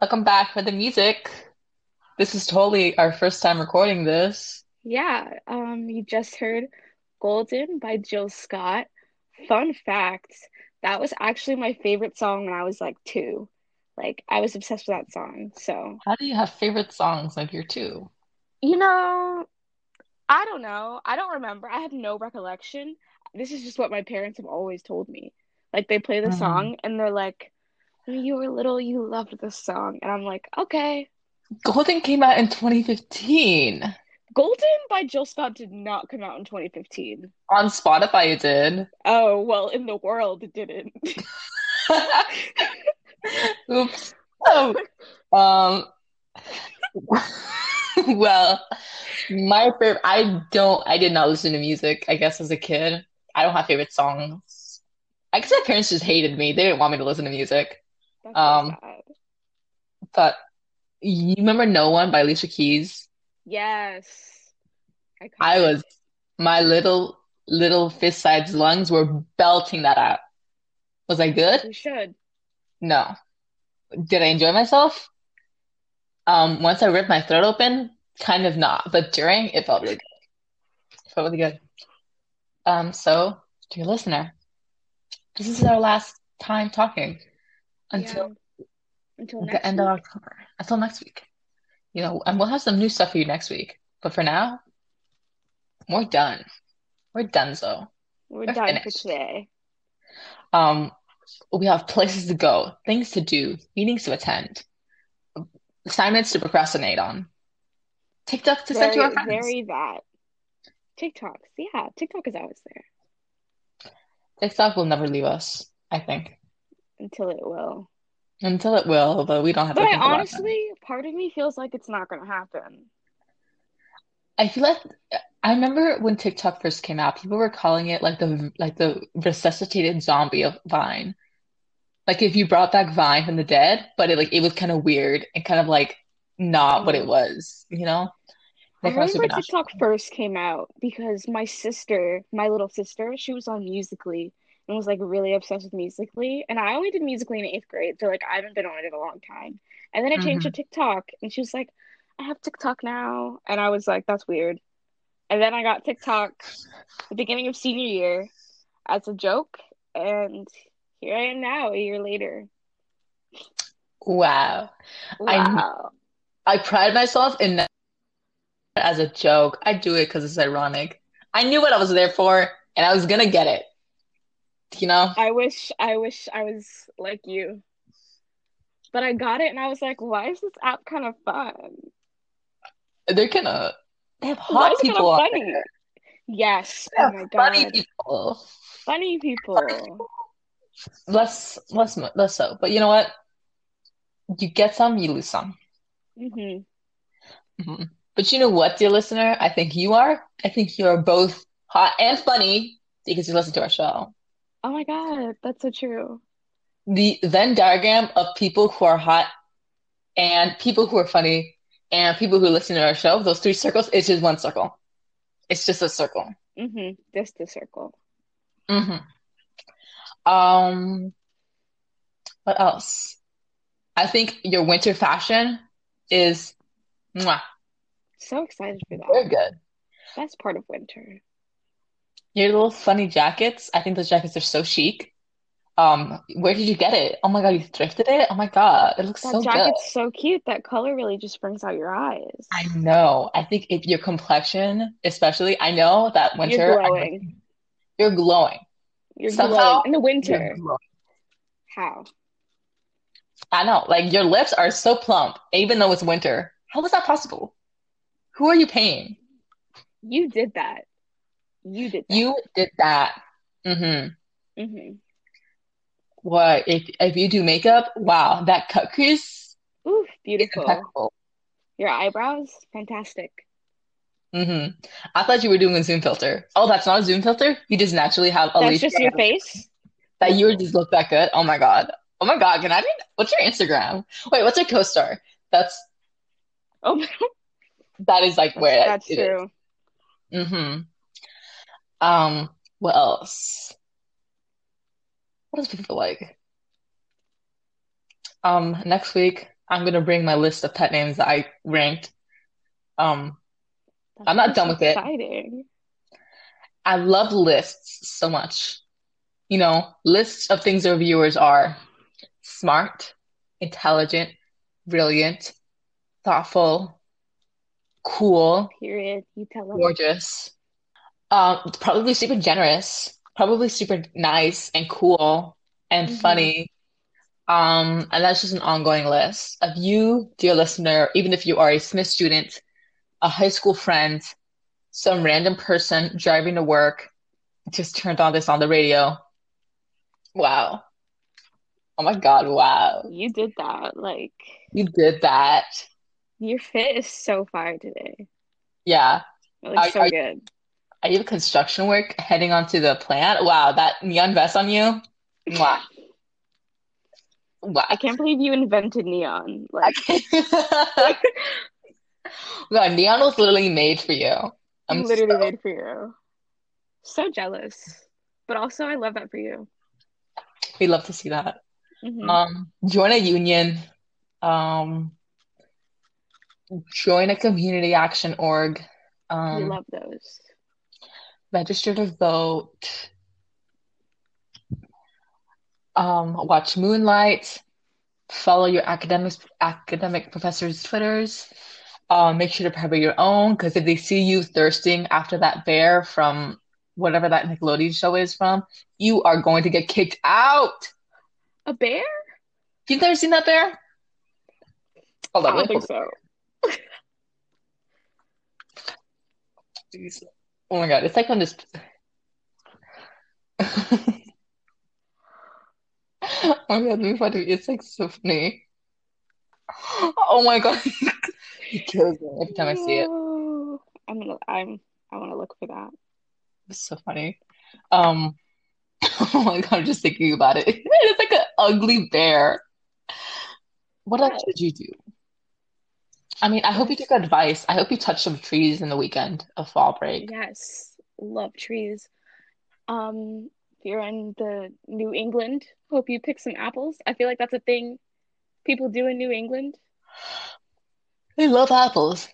Welcome back for the music. This is totally our first time recording this. Yeah, um, you just heard Golden by Jill Scott. Fun fact, that was actually my favorite song when I was like two. Like, I was obsessed with that song. So, How do you have favorite songs when you're two? you know, I don't know. I don't remember. I have no recollection. This is just what my parents have always told me. Like, they play the Mhm. song and they're like, when you were little, you loved this song. And I'm like, okay. Golden came out in 2015. Golden by Jill Scott did not come out in 2015. On Spotify, it did. Oh, well, in the world, it didn't. Oops. Oh, um, well, my favorite, I don't, I did not listen to music, I guess, as a kid. I don't have favorite songs. I guess my parents just hated me. They didn't want me to listen to music. That's so Um, sad. but you remember No One by Alicia Keys? Yes. I Iconic. was, my little, little fist sized lungs were belting that out. Was I good? You should. No. Did I enjoy myself? Um, once I ripped my throat open, kind of not, but during it felt really good. It felt really good. Um, so to your listener, this is our last time talking until Yeah. Until the next end of week. October, until next week. You know, and we'll have some new stuff for you next week. But for now, we're done. We're done, so we're We're done for finished. today. Um, we have places to go, things to do, meetings to attend, assignments to procrastinate on, TikTok to send to our Very, friends. very that. TikToks. Yeah, TikTok is always there. TikTok will never leave us, I think. Until it will. Until it will, but we don't have But to I think about that. honestly, part of me feels like it's not gonna happen. I feel like I remember when TikTok first came out, people were calling it like the like the resuscitated zombie of Vine. Like if you brought back Vine from the dead, but it like it was kind of weird and kind of like not what it Mm. was, you know? I Like how remember Supernatural. TikTok first came out because my sister, my little sister, she was on Musically and was like really obsessed with Musically. And I only did Musically in eighth grade, so like I haven't been on it in a long time. And then I changed to hmm TikTok, and she was like, I have TikTok now. And I was like, that's weird. And then I got TikTok the beginning of senior year as a joke, and here I am now, a year later. Wow. I Wow. I pride myself in that as a joke. I do it because it's ironic. I knew what I was there for, and I was gonna get it, you know? I wish, I wish I was like you. But I got it, and I was like, why is this app kind of fun? They're gonna they have Why hot is it kind people of on there. funny? Yes. They Oh have my funny God. people. Funny people. Less, less, mo- less so. But you know what? You get some, you lose some. hmm Mhm. But you know what, dear listener? I think you are. I think you are both hot and funny because you listen to our show. Oh my God. That's so true. The Venn diagram of people who are hot and people who are funny and people who listen to our show, those three circles, it's just one circle. It's just a circle. hmm Just the circle. hmm Um, what else? I think your winter fashion is mwah, So excited for that. very good. Best part of winter. Your little funny jackets. I think those jackets are so chic. Um, where did you get it? Oh my God, you thrifted it? Oh my God, it looks That so good. jacket's so cute. That color really just brings out your eyes. I know. I think if your complexion, especially, I know that You're winter, I know glowing. you're glowing. You're glowing Somehow in the you're winter. glowing. How? I know. Like your lips are so plump, even though it's winter. How is that possible? Who are you paying? You did that. You did that. You did that. hmm hmm What if if you do makeup? Wow, that cut crease Oof, is beautiful. impeccable. Your eyebrows, fantastic. hmm I thought you were doing a Zoom filter. Oh, that's not a Zoom filter. You just naturally have a That's lace just your face? that you would Whoa. just look that good. Oh my God. Oh my God. Can I be? What's your Instagram? Wait, what's your co-star? That's Oh, my- that is like that's where that's it true. is. Mm-hmm. Um. What else? What else do people like? Um. Next week. I'm gonna bring my list of pet names that I ranked. Um, I'm not That's done with it. Exciting. I love lists so much. You know, lists of things our viewers are smart, intelligent, brilliant, thoughtful, cool, Period. You tell them. gorgeous, um, probably super generous, probably super nice and cool and Mhm. funny. Um, and that's just an ongoing list of you, dear listener, even if you are a Smith student, a high school friend, some random person driving to work just turned on this on the radio. Wow. Oh my God, wow. You did that. Like You did that. your fit is so fire today. Yeah. It looks Are- so are- good. I have construction work heading onto the plant. Wow, that neon vest on you. Mwah. I Wow. can't believe you invented neon. Like God, neon was literally made for you. I'm I'm literally made for you. So jealous, but also I love that for you. we love to see that. Mhm. Um, join a union. Um, join a community action org. you Um, love those. register to vote. Um, watch Moonlight. Follow your academics academic professors' Twitters. Uh, make sure to prepare your own because if they see you thirsting after that bear from whatever that Nickelodeon show is from, you are going to get kicked out. A bear? You've never seen that bear? Oh, Hold I on, let don't me think pull so. these. Oh my God, it's like on this. Oh my God, let me find it. It's like so funny. Oh my God, it kills me every time I see it. No. I'm gonna, I'm I want to look for that. It's so funny. Um, oh my God, I'm just thinking about it. It's like an ugly bear. What else Yeah. should you do? I mean, I hope you took advice. I hope you touched some trees in the weekend of fall break. Yes, love trees. Um, if you're in the New England, hope you pick some apples. I feel like that's a thing people do in New England. They love apples.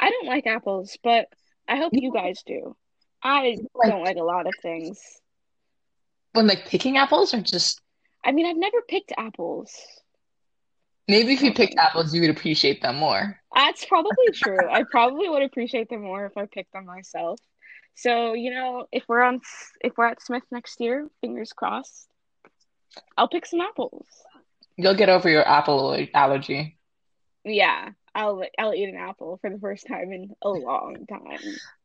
I don't like apples, but I hope you guys do. I Like don't like a lot of things. when like picking apples or just I mean, I've never picked apples. maybe if I you don't picked know. apples, you would appreciate them more. That's probably true. I probably would appreciate them more if I picked them myself. So, you know, if we're on if we're at Smith next year, fingers crossed, I'll pick some apples. You'll get over your apple aller- allergy. Yeah, I'll I'll eat an apple for the first time in a long time.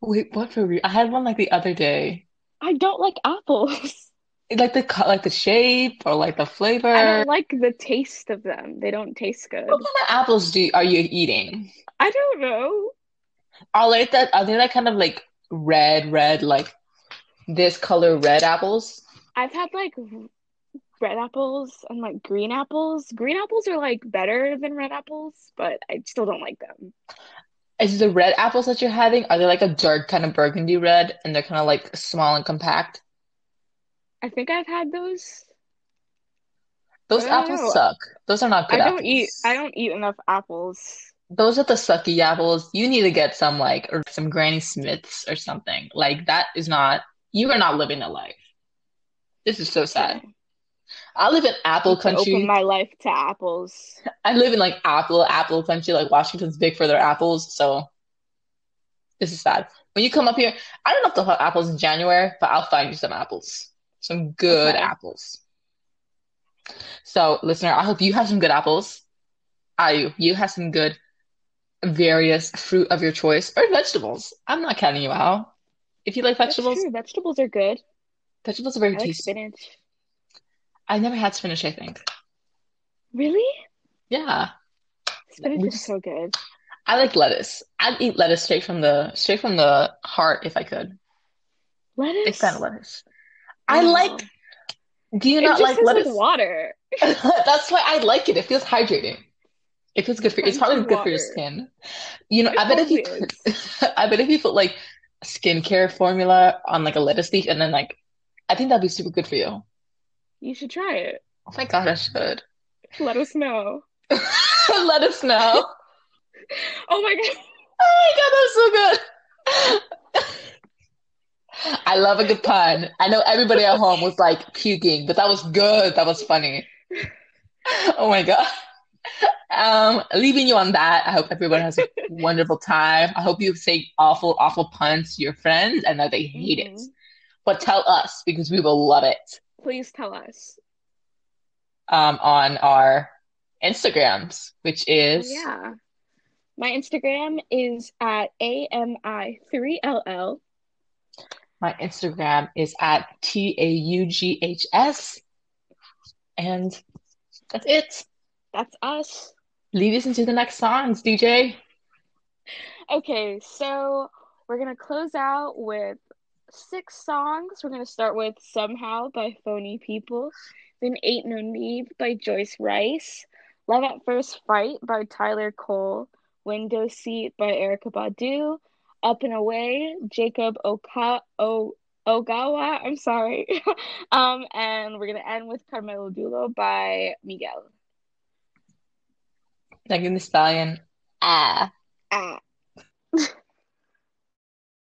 Wait, what for real? I had one like the other day. I don't like apples. It- Like the co- like the shape or like the I flavor. don't like the taste of them. They don't taste What good. kind of apples do are you eating? I don't know. Are like that? Are they like kind of like red, red, like this color red apples? I've had like red apples and like green apples. Green apples are like better than red apples, but I still don't like them. Is the red apples that you're having, are they like a dark kind of burgundy red and they're kind of like small and compact? I think I've had those. But Those I don't apples know. suck. Those are not I good don't eat I apples. don't eat enough apples. Those are the sucky apples. You need to get some like or some Granny Smiths or something. Like that is not, you are not living a life. This is so sad. Okay. I live in apple Need to open country. my life to apples. I live in like apple, apple country. Like Washington's big for their apples. So this is sad. When you come up here, I don't know if they'll have apples in January, but I'll find you some apples. Some good Okay. apples. So, listener, I hope you have some good apples. Ayu, you have some good various fruit of your choice or vegetables. I'm not counting you out. If you like That's vegetables, true. Vegetables are good. vegetables are very I like tasty. spinach. I never had spinach, I think. Really? Yeah, Spinach we is just so good. I like lettuce. I'd eat lettuce straight from the straight from the heart if I could. Big fan of Lettuce? Oh. lettuce. I like. Wow. Do you It not just like tastes like lettuce? water. That's why I like it. It feels hydrating. It feels good for it's Crunchy probably good for your water. skin. You know, It I bet if probably you put is. I bet if you put like skincare formula on like a lettuce leaf and then like I think that'd be super good for you. You should try it. Oh my God, I should. Let us know. let us know. Oh my god. Oh my god, that's so good. I love a good pun. I know everybody at home was like puking, but that was good. That was funny. Oh my god. Um, leaving you on that. I hope everyone has a wonderful time. I hope you say awful, awful puns to your friends and that they hate it. Mhm. But tell us because we will love it Please tell us. um, on our Instagrams, which is Yeah. My Instagram is at AMI3LL. my Instagram is at T A U G H S. And that's it. That's us. Lead us into the next songs, DJ. Okay, so we're gonna close out with six songs. We're gonna start with Somehow by Phony People, then Ain't No Need by Joyce Rice, Love at First Fight by Tyler Cole, Window Seat by Erica Badu, Up and Away, Jacob Oka o- Ogawa, I'm sorry. um, and we're gonna end with Carmelo Dulo by Miguel. Megan Thee Stallion. Ah.